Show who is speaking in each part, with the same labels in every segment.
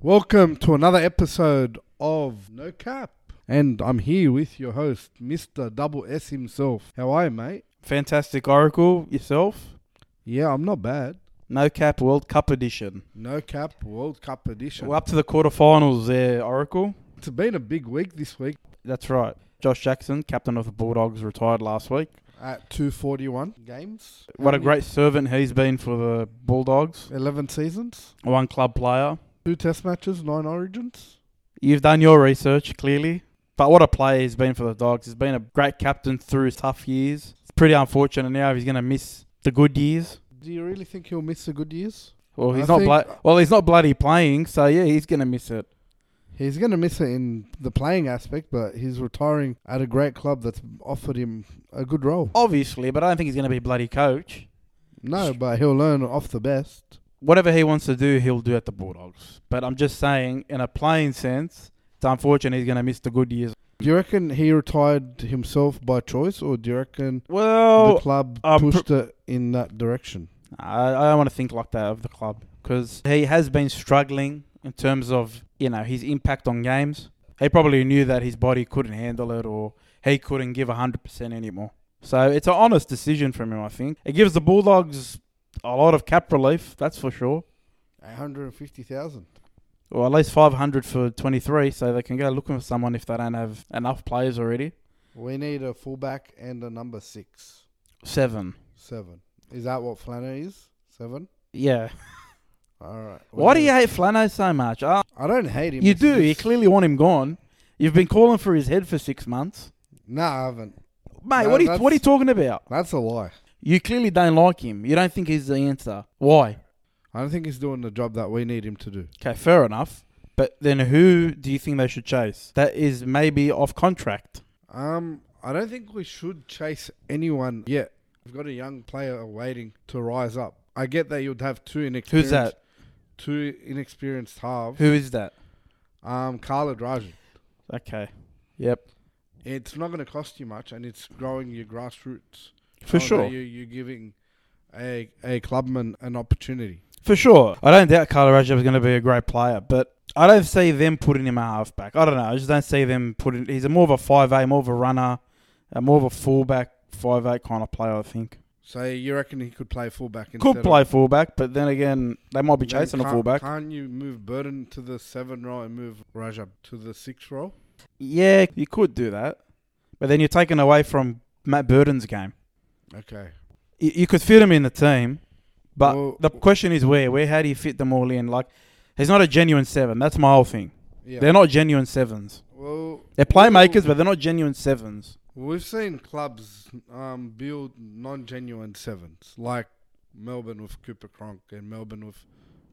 Speaker 1: Welcome to another episode of No Cap. And I'm here with your host, Mr. Double S himself. How are you, mate?
Speaker 2: Fantastic Oracle yourself.
Speaker 1: Yeah, I'm not bad.
Speaker 2: No cap World Cup edition.
Speaker 1: No Cap World Cup edition.
Speaker 2: We're up to the quarterfinals there, Oracle.
Speaker 1: It's been a big week this week
Speaker 2: That's right. Josh Jackson, captain of the Bulldogs, retired last week.
Speaker 1: at 241 games.
Speaker 2: What a
Speaker 1: How many-
Speaker 2: great servant he's been for the Bulldogs.
Speaker 1: 11 seasons,
Speaker 2: One club player.
Speaker 1: two test matches, nine origins.
Speaker 2: You've done your research, clearly. But what a player he's been for the Dogs. He's been a great captain through tough years. It's pretty unfortunate now if he's going to miss the good years.
Speaker 1: Do you really think he'll miss the good years?
Speaker 2: Well, he's
Speaker 1: I
Speaker 2: not
Speaker 1: think-
Speaker 2: blo- well, he's not bloody playing, so yeah, he's going to miss it.
Speaker 1: He's going to miss it in the playing aspect, but he's retiring at a great club that's offered him a good role.
Speaker 2: Obviously, but I don't think he's going to be bloody coach.
Speaker 1: No, but he'll learn off the best.
Speaker 2: whatever he wants to do, he'll do at the Bulldogs. But I'm just saying, in a playing sense, it's unfortunate he's going to miss the good years.
Speaker 1: Do you reckon he retired himself by choice, or do you reckon the
Speaker 2: Well,
Speaker 1: club
Speaker 2: um, pr-
Speaker 1: pushed it in that direction?
Speaker 2: I, I don't want to think like that of the club because he has been struggling in terms of you know his impact on games. He probably knew that his body couldn't handle it, or he couldn't give hundred percent anymore. So it's an honest decision from him. I think it gives the Bulldogs a lot of cap relief, that's for sure,
Speaker 1: 150,000.
Speaker 2: or at least five hundred for twenty three, so they can go looking for someone if they don't have enough players already.
Speaker 1: We need a fullback and a number six.
Speaker 2: Seven.
Speaker 1: Seven. Is that what Flanner is? Seven?
Speaker 2: Yeah.
Speaker 1: All right.
Speaker 2: Why do you hate Flano so much? Ah,
Speaker 1: I don't hate him.
Speaker 2: you
Speaker 1: It's
Speaker 2: do. You
Speaker 1: just-
Speaker 2: clearly want him gone. You've been calling for his head for six months.
Speaker 1: No, I haven't.
Speaker 2: Mate,
Speaker 1: No,
Speaker 2: what, are you,
Speaker 1: that's-
Speaker 2: what are you talking about?
Speaker 1: That's a lie.
Speaker 2: You clearly don't like him. You don't think he's the answer. Why?
Speaker 1: I don't think he's doing the job that we need him to do.
Speaker 2: Okay, fair enough. But then who do you think they should chase? That is maybe off contract.
Speaker 1: Um, I don't think we should chase anyone yet. We've got a young player waiting to rise up. I get that you'd have two inexperienced.
Speaker 2: Who's that?
Speaker 1: Two inexperienced halves.
Speaker 2: Who is that?
Speaker 1: Um, Carla Drajan.
Speaker 2: Okay. Yep.
Speaker 1: It's not going to cost you much, and it's growing your grassroots.
Speaker 2: For
Speaker 1: Showing that
Speaker 2: sure.
Speaker 1: you, you're giving a a clubman an opportunity.
Speaker 2: For sure. I don't doubt Carlo Rajab is going to be a great player, but I don't see them putting him a halfback. I don't know. I just don't see them putting. He's a more of a 5'8, more of a runner, a more of a fullback, 5'8 kind of player, I think.
Speaker 1: So you reckon he could play fullback? Instead
Speaker 2: Could
Speaker 1: of-
Speaker 2: play fullback, but then again, they might be
Speaker 1: Then
Speaker 2: chasing a
Speaker 1: can't-
Speaker 2: fullback.
Speaker 1: Can't you move Burden to the seven role and move Rajab to the six role?
Speaker 2: Yeah, you could do that. But then you're taken away from Matt Burden's game.
Speaker 1: Okay.
Speaker 2: You, you could fit him in the team, but
Speaker 1: Well-
Speaker 2: the question is where? Where? How do you fit them all in? Like, he's not a genuine seven. That's my whole thing.
Speaker 1: Yeah.
Speaker 2: They're not genuine sevens.
Speaker 1: well,
Speaker 2: They're playmakers, but they're not genuine sevens.
Speaker 1: We've seen clubs um, build non genuine sevens, like Melbourne with Cooper Cronk and Melbourne with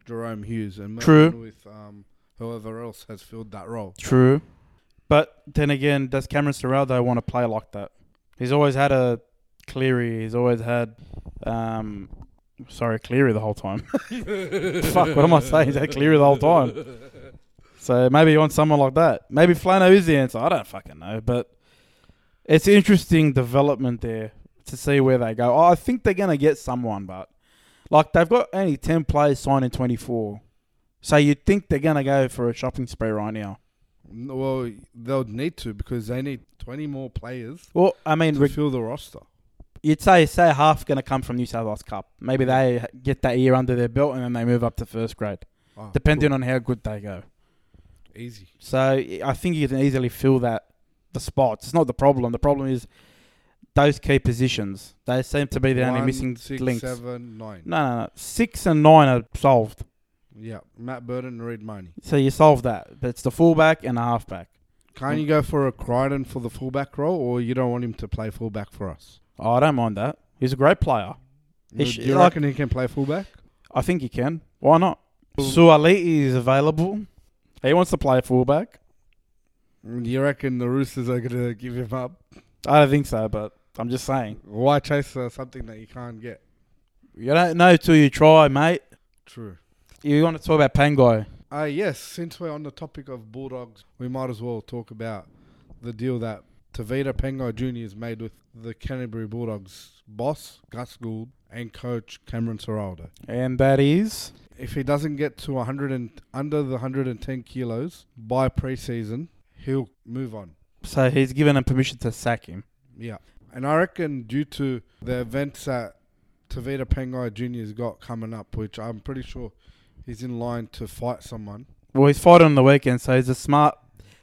Speaker 1: Jerome Hughes and
Speaker 2: True.
Speaker 1: Melbourne with um, whoever else has filled that role.
Speaker 2: True. But then again, does Cameron Serraldo want to play like that? He's always had a Cleary. He's always had, um, sorry, Cleary the whole time. Fuck, what am I saying? He's had Cleary the whole time. So maybe he wants someone like that. Maybe Flano is the answer. I don't fucking know. But it's interesting development there to see where they go. Oh, I think they're going to get someone, but like they've got only 10 players signed in 24. So you'd think they're going to go for a shopping spree right now.
Speaker 1: N- Well, they'll need to because they need 20 more players
Speaker 2: Well, I mean,
Speaker 1: to fill the roster.
Speaker 2: You'd say say half going to come from New South Wales Cup. Maybe they get that year under their belt and then they move up to first grade,
Speaker 1: Oh,
Speaker 2: depending on how good they go.
Speaker 1: cool. Easy.
Speaker 2: So I think you can easily fill that the spots. It's not the problem. The problem is those key positions. They seem to be the only
Speaker 1: One,
Speaker 2: missing
Speaker 1: six,
Speaker 2: links.
Speaker 1: seven, nine.
Speaker 2: No, no, no. Six and nine are solved.
Speaker 1: Yeah, Matt Burden, Reid Money.
Speaker 2: So you solve that. But it's the fullback and the halfback.
Speaker 1: Can't
Speaker 2: Mm.
Speaker 1: you go for a Crichton for the fullback role, or you don't want him to play fullback for us?
Speaker 2: Oh, I don't mind that. He's a great player. He
Speaker 1: Do
Speaker 2: sh-
Speaker 1: you
Speaker 2: like-
Speaker 1: reckon he can play fullback?
Speaker 2: I think he can. Why not?
Speaker 1: Well-
Speaker 2: Sualiti is available. He wants to play fullback.
Speaker 1: You reckon the Roosters are going to give him up?
Speaker 2: I don't think so, but I'm just saying.
Speaker 1: Why chase uh, something that you can't get?
Speaker 2: You don't know till you try, mate.
Speaker 1: True.
Speaker 2: You want to talk about Pango?
Speaker 1: Ah, Uh, yes, since we're on the topic of Bulldogs, we might as well talk about the deal that Tavita Pengai Jr. is made with the Canterbury Bulldogs boss, Gus Gould, and coach Cameron Serraldo.
Speaker 2: And that is
Speaker 1: If he doesn't get to 100 and under the 110 kilos by preseason, he'll move on.
Speaker 2: so he's given him permission to sack him.
Speaker 1: Yeah. And I reckon due to the events that Tavita Pengai Jr.'s got coming up, which I'm pretty sure he's in line to fight someone.
Speaker 2: Well, he's fighting on the weekend, so he's a smart,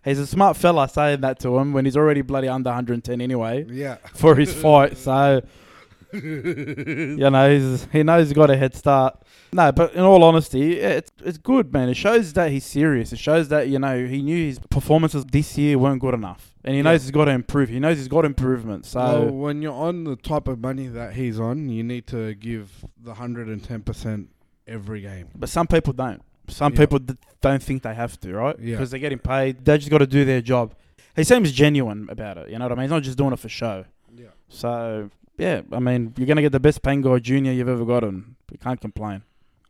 Speaker 2: he's a smart fella saying that to him when he's already bloody under 110 anyway
Speaker 1: Yeah.
Speaker 2: for his fight. So you know he's, he knows he's got a head start. No, but in all honesty, yeah, it's it's good, man. It shows that he's serious. It shows that you know he knew his performances this year weren't good enough, and he
Speaker 1: Yeah.
Speaker 2: knows he's got to improve. He knows he's got improvement.
Speaker 1: well,
Speaker 2: So
Speaker 1: when you're on the type of money that he's on, you need to give the 110% every game.
Speaker 2: But some people don't. Some
Speaker 1: Yeah.
Speaker 2: people d- don't think they have to, right?
Speaker 1: Yeah.
Speaker 2: Because they're getting paid. They just got to do their job. He seems genuine about it. You know what I mean? He's not just doing it for show.
Speaker 1: Yeah.
Speaker 2: So yeah, I mean, you're gonna get the best Pango Junior you've ever gotten. You can't complain.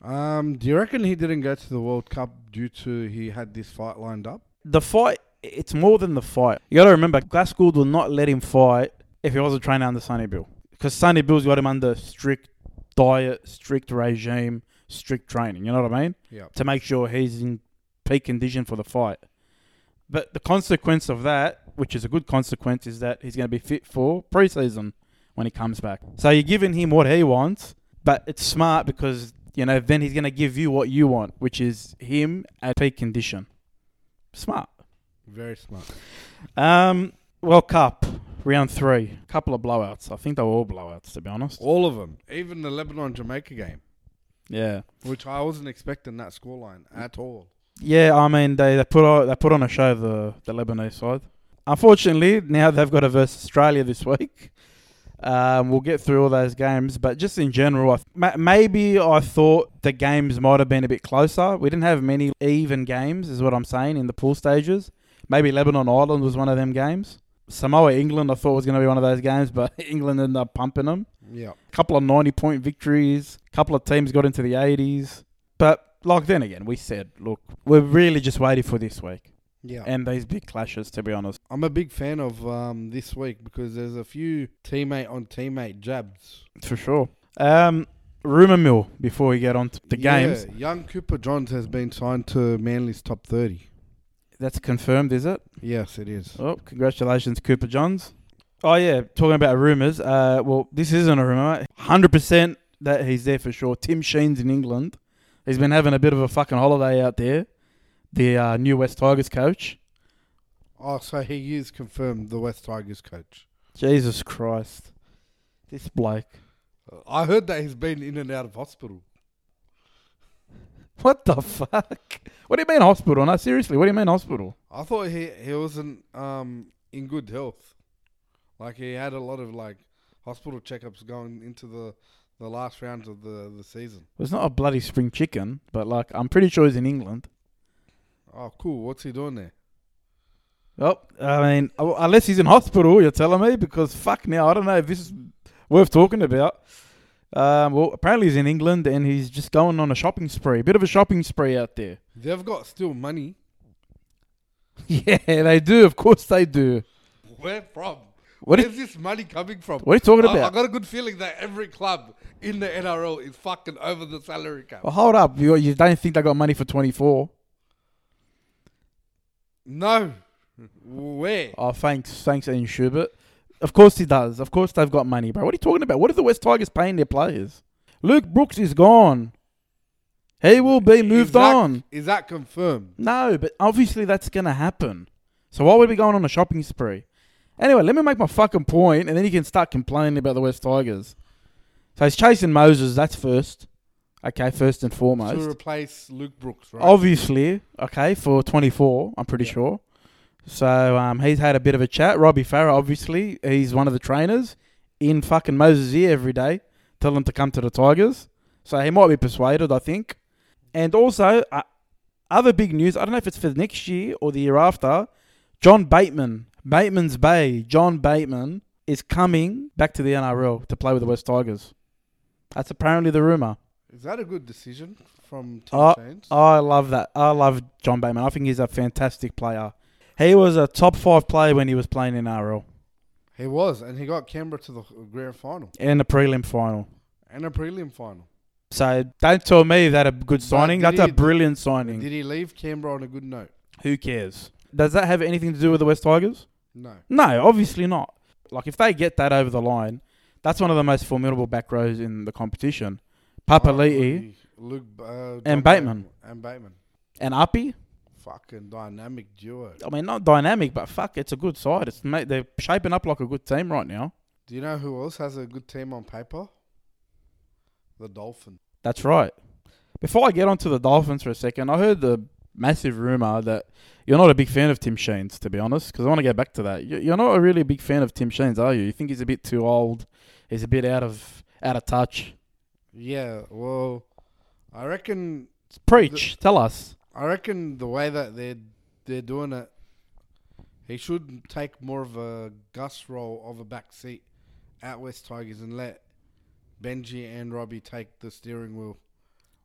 Speaker 1: Um, do you reckon he didn't go to the World Cup due to he had this fight lined up?
Speaker 2: The fight, it's more than the fight. You got to remember, Glasgow will not let him fight if he wasn't training under Sonny Bill, because Sonny Bill's got him under strict diet, strict regime, strict training. You know what I mean?
Speaker 1: Yeah.
Speaker 2: to make sure he's in peak condition for the fight. But the consequence of that, which is a good consequence, is that he's going to be fit for preseason when he comes back. So you're giving him what he wants, but it's smart because you know then he's going to give you what you want, which is him at peak condition. Smart.
Speaker 1: Very smart.
Speaker 2: Um, World Cup round three, couple of blowouts. I think they were all blowouts, to be honest.
Speaker 1: All of them. Even the Lebanon Jamaica game,
Speaker 2: Yeah.
Speaker 1: which I wasn't expecting that scoreline at all.
Speaker 2: Yeah, I mean they, they put on, they put on a show the the Lebanese side. Unfortunately, now they've got to verse Australia this week. Um, we'll get through all those games, but just in general, I th- ma- maybe I thought the games might have been a bit closer. We didn't have many even games, is what I'm saying in the pool stages. Maybe Lebanon Ireland was one of them games. Samoa England, I thought was going to be one of those games, but England ended up pumping them
Speaker 1: Yeah.
Speaker 2: couple of 90 point victories, couple of teams got into the 80s. But like then again, we said, look, we're really just waiting for this week
Speaker 1: Yeah.
Speaker 2: and these big clashes, to be honest.
Speaker 1: I'm a big fan of um, this week because there's a few teammate on teammate jabs.
Speaker 2: For sure. Um, rumor mill before we get on to the
Speaker 1: Yeah,
Speaker 2: games.
Speaker 1: Young Cooper Johns has been signed to Manly's top 30.
Speaker 2: That's confirmed, is it?
Speaker 1: Yes, it is.
Speaker 2: Oh, congratulations, Cooper Johns. Oh, yeah, talking about rumors. Uh, well, this isn't a rumor. 100% that he's there for sure. Tim Sheen's in England. He's been having a bit of a fucking holiday out there, the uh, new West Tigers coach.
Speaker 1: Oh, so he is confirmed the West Tigers coach.
Speaker 2: Jesus Christ. This bloke.
Speaker 1: I heard that he's been in and out of hospital.
Speaker 2: What the fuck? What do you mean hospital? No, seriously, what do you mean hospital?
Speaker 1: I thought he he wasn't um, in good health. Like he had a lot of like hospital checkups going into the the last rounds of the the season.
Speaker 2: It's not a bloody spring chicken, but like I'm pretty sure he's in England.
Speaker 1: Oh, cool. What's he doing there?
Speaker 2: Oh, I mean, oh, unless he's in hospital, you're telling me? Because fuck now, I don't know if this is worth talking about. Um, well, apparently he's in England and he's just going on a shopping spree. A bit of a shopping spree out there.
Speaker 1: They've got still money.
Speaker 2: yeah, they do. Of course they do.
Speaker 1: Where from?
Speaker 2: What are,
Speaker 1: Where's this money coming from?
Speaker 2: what are you talking
Speaker 1: I, I
Speaker 2: about?
Speaker 1: got a good feeling that every club in the NRL is fucking over the salary cap.
Speaker 2: Well, hold up. You, you don't think they got money for 24?
Speaker 1: No. Where?
Speaker 2: Oh, thanks, thanks, Ian Schubert. Of course he does. Of course they've got money, bro. What are you talking about? What are the West Tigers paying their players? Luke Brooks is gone. He will be moved
Speaker 1: Is that-
Speaker 2: on.
Speaker 1: Is that confirmed?
Speaker 2: No, but obviously that's gonna happen. So why would we be going on a shopping spree? Anyway, let me make my fucking point, and then you can start complaining about the West Tigers. So he's chasing Moses. That's first. Okay, first and foremost.
Speaker 1: To replace Luke Brooks, right?
Speaker 2: Obviously, okay, for 24, I'm pretty
Speaker 1: Yeah.
Speaker 2: sure. So um, he's had a bit of a chat. Robbie Farah, obviously, he's one of the trainers in fucking Moses' ear every day, telling him to come to the Tigers. So he might be persuaded, I think. And also, uh, other big news, I don't know if it's for next year or the year after, John Bateman, Bateman's Bay, John Bateman is coming back to the NRL to play with the West Tigers. That's apparently the rumour.
Speaker 1: Is that a good decision from Tim
Speaker 2: Uh,
Speaker 1: Shane's?
Speaker 2: I love that. I love John Bateman. I think he's a fantastic player. He was a top five player when he was playing in RL.
Speaker 1: He was, and he got Canberra to the grand final
Speaker 2: in the prelim final.
Speaker 1: and a prelim final.
Speaker 2: So don't tell me that a good signing.
Speaker 1: did
Speaker 2: That's a
Speaker 1: he-
Speaker 2: brilliant signing.
Speaker 1: Did he leave Canberra on a good note?
Speaker 2: Who cares? Does that have anything to do with the West Tigers?
Speaker 1: No.
Speaker 2: No, obviously not. Like if they get that over the line, that's one of the most formidable back rows in the competition. Papali'i
Speaker 1: Uh, Luke, uh,
Speaker 2: And
Speaker 1: John
Speaker 2: Bateman.
Speaker 1: And Bateman.
Speaker 2: and Uppy.
Speaker 1: Fucking dynamic duo.
Speaker 2: I mean, not dynamic, but fuck, it's a good side. It's mate, they're shaping up like a good team right now.
Speaker 1: Do you know who else has a good team on paper? The Dolphins.
Speaker 2: That's right. Before I get onto the Dolphins for a second, I heard the massive rumor that you're not a big fan of Tim Sheens, to be honest, because I want to go back to that. You- You're not a really big fan of Tim Sheens, are you? You think he's a bit too old, he's a bit out of out of touch.
Speaker 1: Yeah, well, I reckon
Speaker 2: Preach, tell us.
Speaker 1: I reckon the way that they're they're doing it, he should take more of a Gus role of a back seat at West Tigers and let Benji and Robbie take the steering wheel,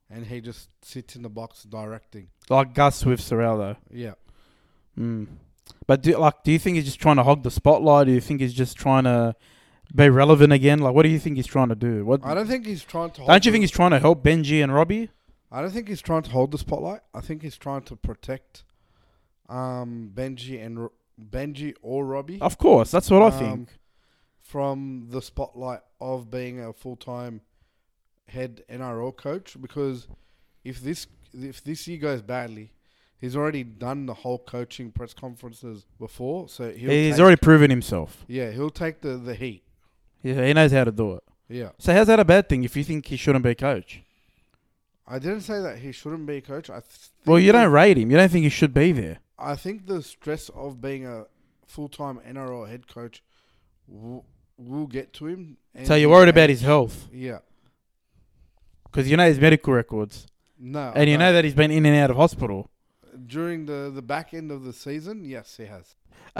Speaker 1: and he just sits in the box directing.
Speaker 2: Like Gus with Serraldo.
Speaker 1: Yeah,
Speaker 2: Mm. But do like, do you think he's just trying to hog the spotlight? Do you think he's just trying to be relevant again? Like, what do you think he's trying to do? What
Speaker 1: I don't think he's trying to. Hold
Speaker 2: don't you
Speaker 1: the-
Speaker 2: think he's trying to help Benji and Robbie?
Speaker 1: I don't think he's trying to hold the spotlight. I think he's trying to protect, um, Benji and Ro- Benji or Robbie.
Speaker 2: Of course, that's what I
Speaker 1: Um,
Speaker 2: think.
Speaker 1: from the spotlight of being a full time head NRL coach because if this if this year goes badly, he's already done the whole coaching press conferences before, so he'll
Speaker 2: He's
Speaker 1: take-
Speaker 2: already proven himself.
Speaker 1: yeah he'll take the the heat.
Speaker 2: Yeah, he knows how to do it.
Speaker 1: Yeah,
Speaker 2: So how's that a bad thing if you think he shouldn't be a coach?
Speaker 1: I didn't say that he shouldn't be a coach. I th-
Speaker 2: Well,
Speaker 1: think
Speaker 2: you
Speaker 1: the-
Speaker 2: don't rate him. You don't think he should be there.
Speaker 1: I think the stress of being a full time NRL head coach w- will get to him. And
Speaker 2: So you're
Speaker 1: his
Speaker 2: worried about
Speaker 1: age.
Speaker 2: his health
Speaker 1: Yeah.
Speaker 2: because you know his medical records
Speaker 1: Oh, No. I
Speaker 2: and you
Speaker 1: don't.
Speaker 2: know that he's been in and out of hospital.
Speaker 1: during the the back end of the season, yes, he has.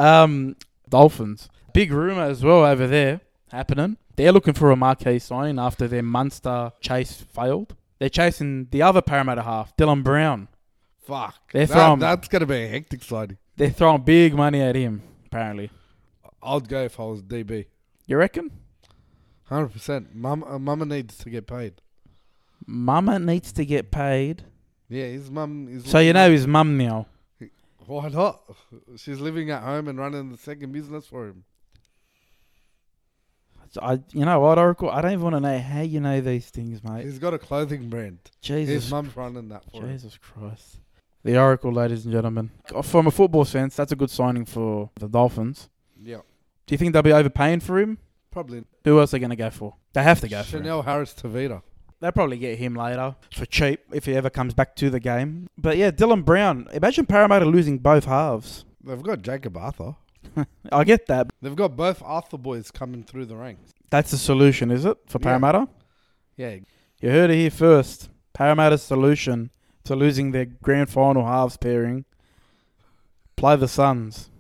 Speaker 2: Um, Dolphins. Big rumor as well over there happening. They're looking for a marquee signing after their Munster chase failed. They're chasing the other Parramatta half, Dylan Brown.
Speaker 1: Fuck.
Speaker 2: They're from-
Speaker 1: That's gonna be a hectic slide.
Speaker 2: They're throwing big money at him. Apparently,
Speaker 1: I'd go if I was DB.
Speaker 2: you reckon?
Speaker 1: Hundred percent. Mum, uh, mama needs to get paid.
Speaker 2: Mama needs to get paid.
Speaker 1: Yeah, his mum is.
Speaker 2: So you know his mum now.
Speaker 1: why not? She's living at home and running the second business for him.
Speaker 2: So I, you know what, Oracle? I don't even want to know how you know these things, mate.
Speaker 1: He's got a clothing brand.
Speaker 2: Jesus,
Speaker 1: His mum's running that for him.
Speaker 2: Jesus Christ. The Oracle, ladies and gentlemen. Oh, From a football sense, that's a good signing for the Dolphins.
Speaker 1: Yeah,
Speaker 2: Do you think they'll be overpaying for him?
Speaker 1: probably.
Speaker 2: Who else are they going to go for? They have to go for him.
Speaker 1: Chanel Harris Tavita.
Speaker 2: They'll probably get him later for cheap if he ever comes back to the game. But yeah, Dylan Brown. Imagine Parramatta losing both halves.
Speaker 1: They've got Jacob Arthur.
Speaker 2: I get that.
Speaker 1: They've got both Arthur boys coming through the ranks.
Speaker 2: That's the solution, is it, for
Speaker 1: Yeah.
Speaker 2: Parramatta?
Speaker 1: Yeah,
Speaker 2: You heard it here first. Parramatta's solution to losing their grand final halves pairing. Play the Suns.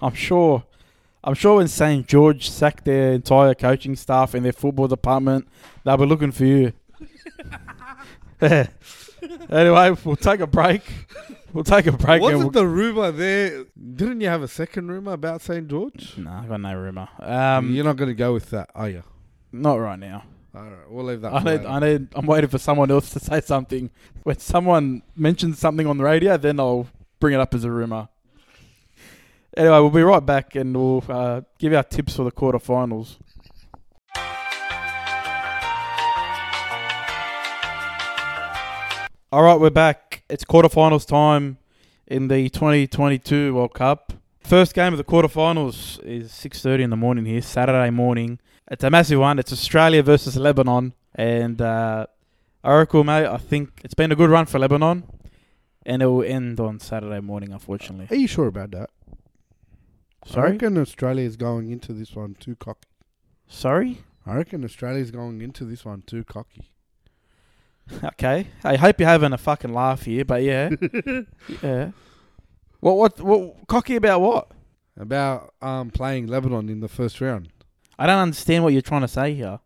Speaker 2: I'm sure. I'm sure when St. George sacked their entire coaching staff and their football department, they'll be looking for you. anyway, we'll take a break. We'll take a break. and
Speaker 1: Wasn't
Speaker 2: we'll-
Speaker 1: the rumor there? Didn't you have a second rumor about St George?
Speaker 2: nah, I got no rumor. Um,
Speaker 1: You're not going to go with that, are you?
Speaker 2: not right now.
Speaker 1: All right, we'll leave that.
Speaker 2: I
Speaker 1: for
Speaker 2: need,
Speaker 1: later.
Speaker 2: I need, I'm waiting for someone else to say something. When someone mentions something on the radio, then I'll bring it up as a rumor. Anyway, we'll be right back and we'll uh, give our tips for the quarterfinals. All right, we're back. It's quarterfinals time in the 2022 World Cup. First game of the quarterfinals is 6:30 in the morning here, Saturday morning. It's a massive one. It's Australia versus Lebanon, and uh, Oracle, mate. I think it's been a good run for Lebanon, and it will end on Saturday morning, unfortunately.
Speaker 1: Are you sure about that? I
Speaker 2: Sorry,
Speaker 1: reckon Australia's going into this one too cocky.
Speaker 2: sorry.
Speaker 1: I reckon Australia's going into this one too cocky.
Speaker 2: Okay. I hope you're having a fucking laugh here, but yeah, yeah. What, what, what? Cocky about what?
Speaker 1: About um playing Lebanon in the first round.
Speaker 2: I don't understand what you're trying to say here.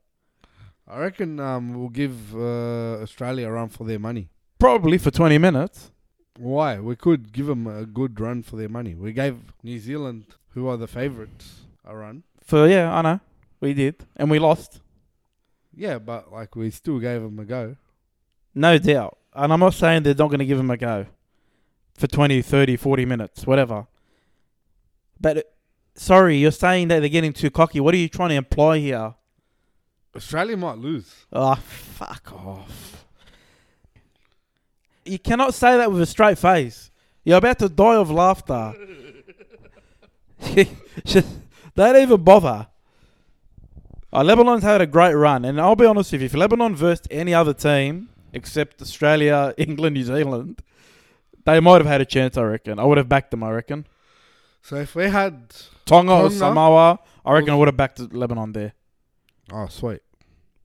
Speaker 1: I reckon um we'll give uh, Australia a run for their money.
Speaker 2: Probably for 20 minutes.
Speaker 1: Why? We could give them a good run for their money. We gave New Zealand, who are the favourites, a run.
Speaker 2: So yeah, I know we did, and we lost,
Speaker 1: Yeah, but like we still gave them a go.
Speaker 2: no doubt. And I'm not saying they're not going to give him a go for 20, 30, 40 minutes, whatever. But uh, sorry, you're saying that they're getting too cocky. What are you trying to imply here?
Speaker 1: Australia might lose.
Speaker 2: Oh, fuck off. You cannot say that with a straight face. You're about to die of laughter. Just- Don't even bother. Uh, Lebanon's had a great run, and I'll be honest with you. If Lebanon versed any other team except Australia, England, New Zealand, they might have had a chance, I reckon. I would have backed them, I reckon.
Speaker 1: So if we had,
Speaker 2: Tonga, or
Speaker 1: Tonga?
Speaker 2: Samoa, I reckon I would have backed Lebanon there.
Speaker 1: oh sweet,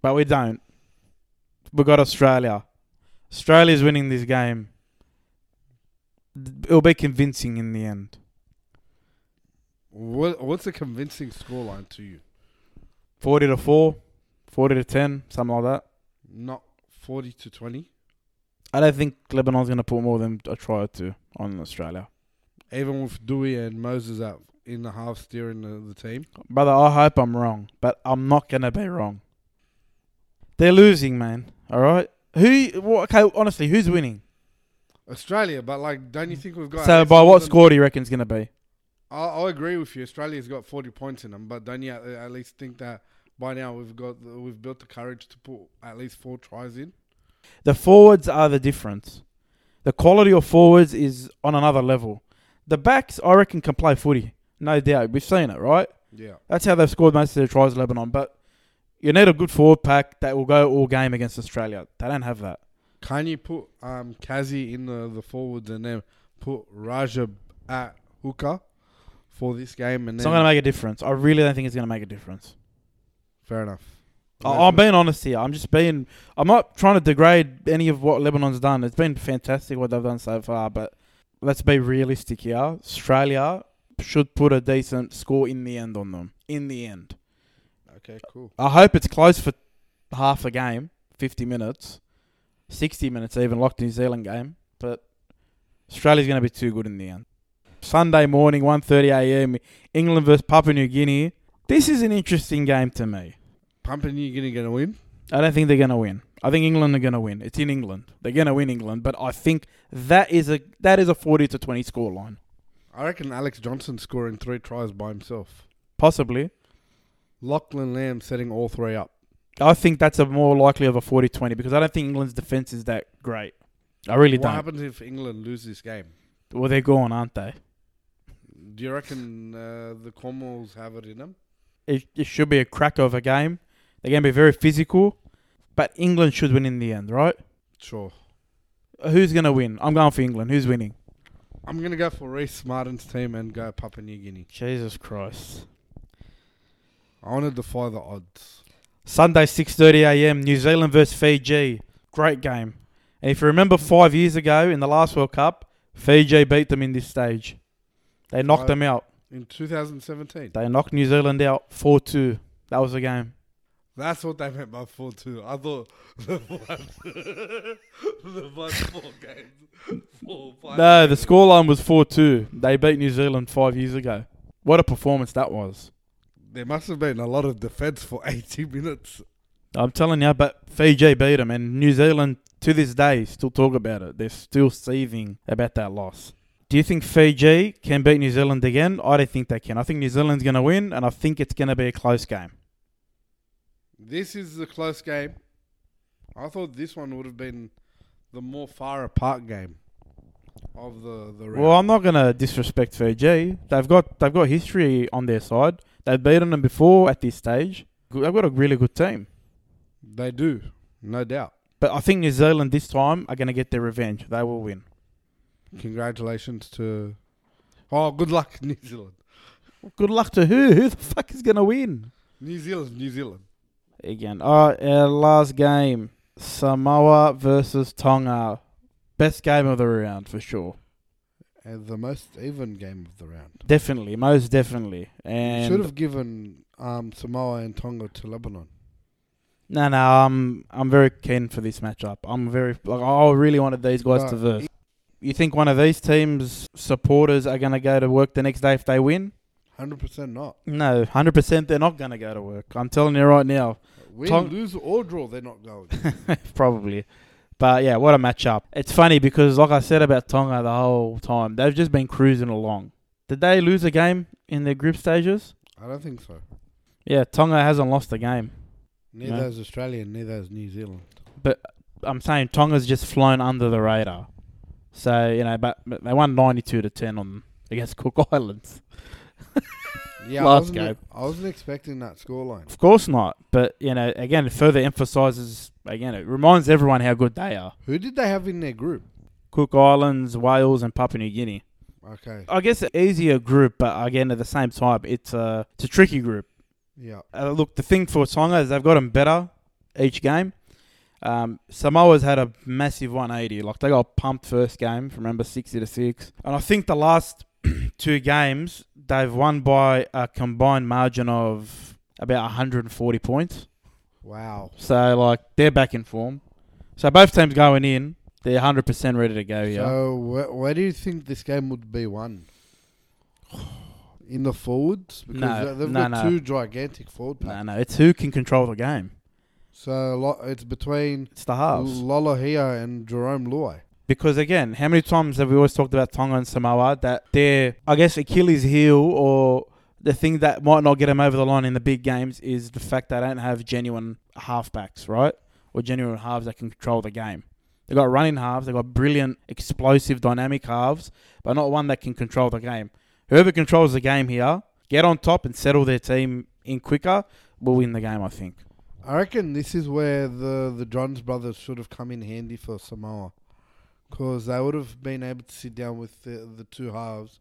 Speaker 2: But we don't. We got Australia. Australia's winning this game. It'll be convincing in the end.
Speaker 1: what, what's a convincing scoreline to you?
Speaker 2: 40 to 4, 40 to 10, something like that.
Speaker 1: Not forty to twenty,
Speaker 2: I don't think Lebanon's going to put more than a try or two on Australia.
Speaker 1: even with Dewey and Moses out in the half steering the, the team.
Speaker 2: Brother, I hope I'm wrong, but I'm not going to be wrong. They're losing, man. All right? Who, wha- okay, honestly, who's winning?
Speaker 1: Australia, but like, don't you think we've got?
Speaker 2: So,
Speaker 1: Alex
Speaker 2: by what
Speaker 1: Morgan-
Speaker 2: score do you reckon it's going to be?
Speaker 1: I, I agree with you. Australia's got forty points in them, but don't you at, at least think that by now we've got the, we've built the courage to put at least four tries in?
Speaker 2: The forwards are the difference. The quality of forwards is on another level. The backs, I reckon, can play footy. No doubt. We've seen it, right?
Speaker 1: Yeah,
Speaker 2: That's how they've scored most of their tries, Lebanon. But you need a good forward pack that will go all game against Australia. They don't have that.
Speaker 1: can you put um Kazi in the, the forwards and then put Raja at hooker for this game? And
Speaker 2: It's
Speaker 1: then
Speaker 2: not going to make a difference. I really don't think it's going to make a difference.
Speaker 1: fair enough.
Speaker 2: I, I'm being honest here. I'm just being. I'm not trying to degrade any of what Lebanon's done. It's been fantastic what they've done so far, but let's be realistic here. Australia should put a decent score in the end on them. In the end.
Speaker 1: okay, cool.
Speaker 2: I hope it's close for half a game, 50 minutes, 60 minutes even, like the New Zealand game. But Australia's going to be too good in the end. Sunday morning, 1.30 a.m., England versus Papua New Guinea. This is an interesting game to me.
Speaker 1: Papua New Guinea gonna win.
Speaker 2: I don't think they're going to win. I think England are going to win. It's in England. They're going to win England, but I think that is a that is a 40 to 20 scoreline,
Speaker 1: I reckon Alex Johnson scoring three tries by himself.
Speaker 2: possibly.
Speaker 1: Lachlan Lamb setting all three up.
Speaker 2: I think that's a more likely of a 40-20 because I don't think England's defense is that great. I really
Speaker 1: what
Speaker 2: don't.
Speaker 1: happens if England lose this game?
Speaker 2: Well, they're gone, aren't they?
Speaker 1: Do you reckon uh, the Cornwalls have it in them?
Speaker 2: it, it should be a crack of a game. They're going to be very physical, but England should win in the end, right?
Speaker 1: Sure.
Speaker 2: Who's going to win? I'm going for England. Who's winning?
Speaker 1: I'm gonna go for Reece Martin's team and go Papua New Guinea.
Speaker 2: Jesus Christ.
Speaker 1: I want to defy the odds.
Speaker 2: Sunday, 6.30 a.m., New Zealand versus Fiji. Great game. And if you remember five years ago in the last World Cup, Fiji beat them in this stage. They knocked
Speaker 1: Right.
Speaker 2: them out.
Speaker 1: In 2017,
Speaker 2: They knocked New Zealand out 4-2. That was the game.
Speaker 1: that's what they meant by four two. I thought the one, the one four games, four five.
Speaker 2: No, the scoreline was 4-2. They beat New Zealand five years ago. What a performance that was.
Speaker 1: There must have been a lot of defense for 80 minutes.
Speaker 2: I'm telling you, but Fiji beat them, and New Zealand to this day still talk about it. They're still seething about that loss. Do you think Fiji can beat New Zealand again? I don't think they can. I think New Zealand's going to win, and I think it's going to be a close game.
Speaker 1: This is a close game. I thought this one would have been the more far apart game of the the round.
Speaker 2: Well, I'm not going to disrespect Fiji. They've got they've got history on their side. They've beaten them before at this stage. They've got a really good team,
Speaker 1: they do, no doubt.
Speaker 2: but I think New Zealand this time are going to get their revenge. They will win.
Speaker 1: Congratulations to. Oh, good luck, New Zealand.
Speaker 2: Good luck to who? Who the fuck is going to win?
Speaker 1: New Zealand, New Zealand.
Speaker 2: again. All right, our last game: Samoa versus Tonga. Best game of the round for sure.
Speaker 1: And the most even game of the round.
Speaker 2: Definitely, most definitely.
Speaker 1: You Should
Speaker 2: And
Speaker 1: have given um, Samoa and Tonga to Lebanon.
Speaker 2: no, no, I'm I'm very keen for this matchup. I'm very like I really wanted these guys to
Speaker 1: But
Speaker 2: verse. You think one of these teams' supporters are going to go to work the next day if they win?
Speaker 1: Hundred percent not.
Speaker 2: No, hundred percent they're not going to go to work. I'm telling you right now,
Speaker 1: Win,
Speaker 2: Tom-
Speaker 1: lose or draw, they're not going.
Speaker 2: probably. But yeah, what a matchup! It's funny because, like I said about Tonga the whole time, they've just been cruising along. Did they lose a game in their group stages?
Speaker 1: I don't think so.
Speaker 2: Yeah, Tonga hasn't lost a game.
Speaker 1: Neither
Speaker 2: No.
Speaker 1: is Australia, and neither is New Zealand.
Speaker 2: I'm saying Tonga's just flown under the radar. So you know, but, but they won 92 to 10 on against Cook Islands.
Speaker 1: Yeah, I
Speaker 2: Last
Speaker 1: wasn't, e-
Speaker 2: game.
Speaker 1: I wasn't expecting that scoreline.
Speaker 2: Of course not. But you know, again, it further emphasizes again, it reminds everyone how good they are.
Speaker 1: Who did they have in their group?
Speaker 2: Cook Islands, Wales, and Papua New Guinea.
Speaker 1: Okay,
Speaker 2: I guess an easier group, but again, at the same time, it's a it's a tricky group.
Speaker 1: yeah,
Speaker 2: Uh, look, the thing for Tonga is they've gotten better each game. Um, Samoa's had a massive 180. Like they got pumped first game, if you remember 60 to six, and I think the last two games they've won by a combined margin of about 140 points.
Speaker 1: wow.
Speaker 2: So like they're back in form. So both teams going in, they're 100% ready to go. Yeah,
Speaker 1: So, wh- where do you think this game would be won? In the forwards, because
Speaker 2: No,
Speaker 1: they- they've
Speaker 2: no,
Speaker 1: got
Speaker 2: no.
Speaker 1: two gigantic forward packs.
Speaker 2: no, no, it's who can control the game.
Speaker 1: So lo- it's between
Speaker 2: It's the halves.
Speaker 1: Lolohia and Jerome Luai.
Speaker 2: Because again, how many times have we always talked about Tonga and Samoa that their, I guess, Achilles heel or the thing that might not get them over the line in the big games is the fact they don't have genuine halfbacks, right? Or genuine halves that can control the game. They got running halves, they got brilliant, explosive, dynamic halves, but not one that can control the game. Whoever controls the game here, get on top and settle their team in quicker, will win the game, I think.
Speaker 1: I reckon this is where the the Johns brothers should have come in handy for Samoa, because they would have been able to sit down with the, the two halves,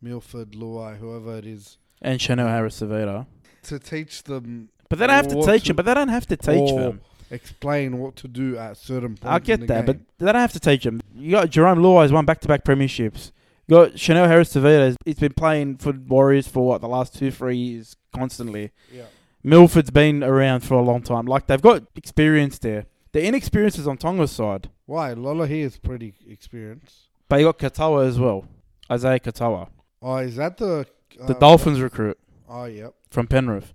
Speaker 1: Milford, Luai, whoever it is,
Speaker 2: And Chanel Harris Savita.
Speaker 1: to teach them,
Speaker 2: But they don't have to
Speaker 1: Or
Speaker 2: teach
Speaker 1: to-
Speaker 2: them, but they don't have to teach
Speaker 1: or
Speaker 2: them.
Speaker 1: explain what to do at certain points.
Speaker 2: I
Speaker 1: in
Speaker 2: get
Speaker 1: the
Speaker 2: that, but
Speaker 1: game.
Speaker 2: they don't have to teach him. You got Jerome Luai has won back-to-back premierships. You got Chanel Harris Tavita. He's been playing for Warriors for what the last two, three years constantly.
Speaker 1: yeah,
Speaker 2: Milford's been around for a long time. Like they've got experience there. The inexperience is on Tonga's side,
Speaker 1: why Lola here is pretty experienced.
Speaker 2: but you got Katoa as well. Isaiah Katoa,
Speaker 1: Oh, is that the
Speaker 2: the
Speaker 1: uh,
Speaker 2: Dolphins recruit
Speaker 1: Oh, yep.
Speaker 2: from Penrith,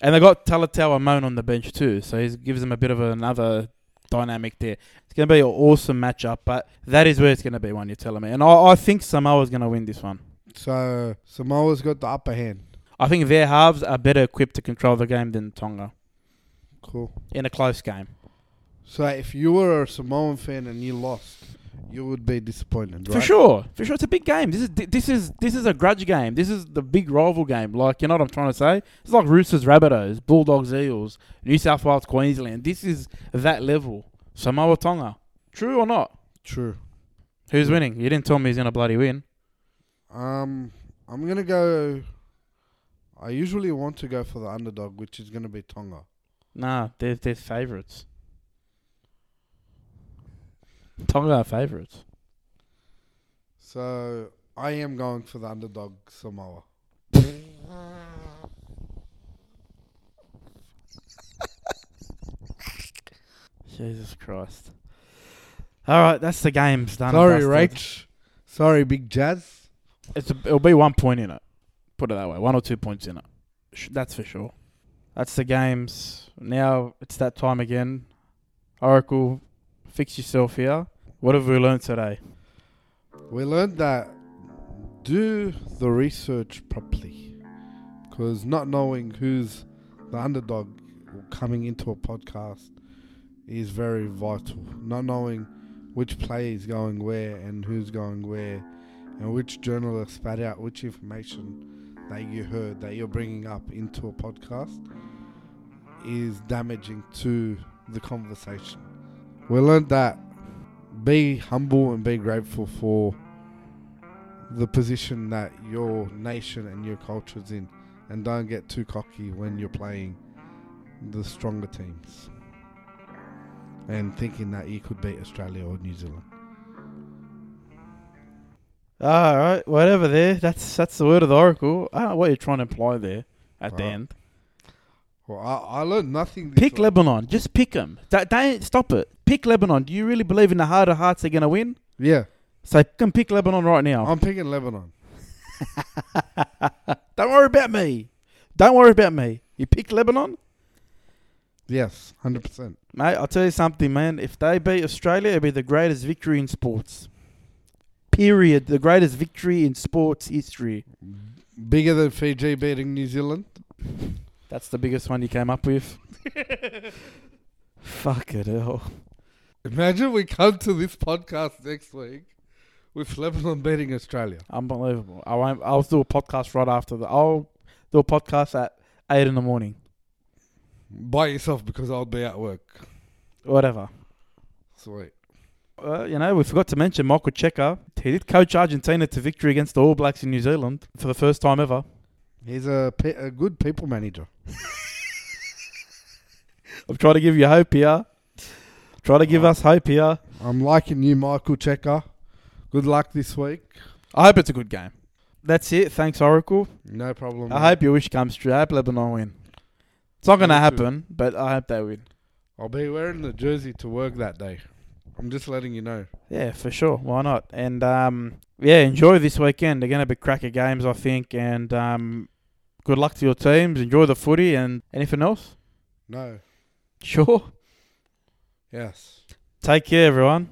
Speaker 2: and they got Talatawa Moan on the bench too. So he gives them a bit of another dynamic there. It's going to be an awesome matchup, but that is where it's going to be. One you're telling me, and I, I think Samoa's going to win this one.
Speaker 1: So Samoa's got the upper hand.
Speaker 2: I think their halves are better equipped to control the game than Tonga
Speaker 1: Cool.
Speaker 2: in a close game.
Speaker 1: So if you were a Samoan fan and you lost, you would be disappointed, right?
Speaker 2: For sure, for sure, it's a big game. This is this is this is a grudge game. This is the big rival game. Like you know what I'm trying to say? It's like Roosters, Rabbitohs, Bulldogs, Eels, New South Wales, Queensland. This is that level. Samoa, Tonga. True or not?
Speaker 1: True.
Speaker 2: Who's winning? You didn't tell me he's gonna bloody win.
Speaker 1: Um, I'm gonna go. I usually want to go for the underdog, which is gonna be Tonga.
Speaker 2: Nah, they're they're favourites. Tonga are favourites.
Speaker 1: So I am going for the underdog Samoa.
Speaker 2: Jesus Christ. All right, that's the game's done. and
Speaker 1: Sorry,
Speaker 2: dusted.
Speaker 1: Rach. Sorry, Big Jazz.
Speaker 2: It's a, it'll be one point in it. Put it that way, one or two points in it. Sh- That's for sure. That's the games. Now it's that time again. Oracle, fix yourself here. What have we learned today?
Speaker 1: We learned that do the research properly, because not knowing who's the underdog coming into a podcast is very vital. Not knowing which player is going where and who's going where, and which journalist spat out which information that you heard that you're bringing up into a podcast is damaging to the conversation. We learned that be humble and be grateful for the position that your nation and your culture's in, and don't get too cocky when you're playing the stronger teams and thinking that you could beat Australia or New Zealand.
Speaker 2: All right, whatever. There, that's that's the word of the Oracle. I don't know what you're trying to imply there at the
Speaker 1: Wow.
Speaker 2: end.
Speaker 1: Well, I, I learned nothing. This
Speaker 2: Pick
Speaker 1: week.
Speaker 2: Lebanon. Just pick them. Don't stop it. Pick Lebanon. Do you really believe in the heart of hearts they're gonna win?
Speaker 1: Yeah.
Speaker 2: So can pick Lebanon right now.
Speaker 1: I'm picking Lebanon.
Speaker 2: Don't worry about me. Don't worry about me. You pick Lebanon,
Speaker 1: Yes, hundred percent.
Speaker 2: mate. I'll tell you something, man. If they beat Australia, it'll be the greatest victory in sports. Period. The greatest victory in sports history.
Speaker 1: Bigger than Fiji beating New Zealand.
Speaker 2: That's the biggest one you came up with. Fuck it hell.
Speaker 1: Imagine we come to this podcast next week with Lebanon beating Australia.
Speaker 2: Unbelievable. I won't I'll do a podcast right after the I'll do a podcast at eight in the morning.
Speaker 1: By yourself because I'll be at work.
Speaker 2: Whatever.
Speaker 1: Sweet.
Speaker 2: Uh, you know, we forgot to mention Michael Checker. He did coach Argentina to victory against the All Blacks in New Zealand for the first time ever.
Speaker 1: He's a, pe- a good people manager.
Speaker 2: I'm trying to give you hope here. Try to give us hope here.
Speaker 1: I'm liking you, Michael Checker. Good luck this week.
Speaker 2: I hope it's a good game. That's it. Thanks, Oracle.
Speaker 1: No problem.
Speaker 2: I hope your wish comes true. I hope Lebanon win. It's not going to
Speaker 1: Me too.
Speaker 2: happen, but I hope they win.
Speaker 1: I'll be wearing the jersey to work that day. I'm just letting you know.
Speaker 2: Yeah, for sure. Why not? And um, yeah, enjoy this weekend. They're going to be cracker games, I think. And um, good luck to your teams. Enjoy the footy and anything else.
Speaker 1: No.
Speaker 2: Sure.
Speaker 1: Yes.
Speaker 2: Take care, everyone.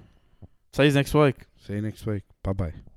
Speaker 2: See you next week.
Speaker 1: See you next week. Bye bye.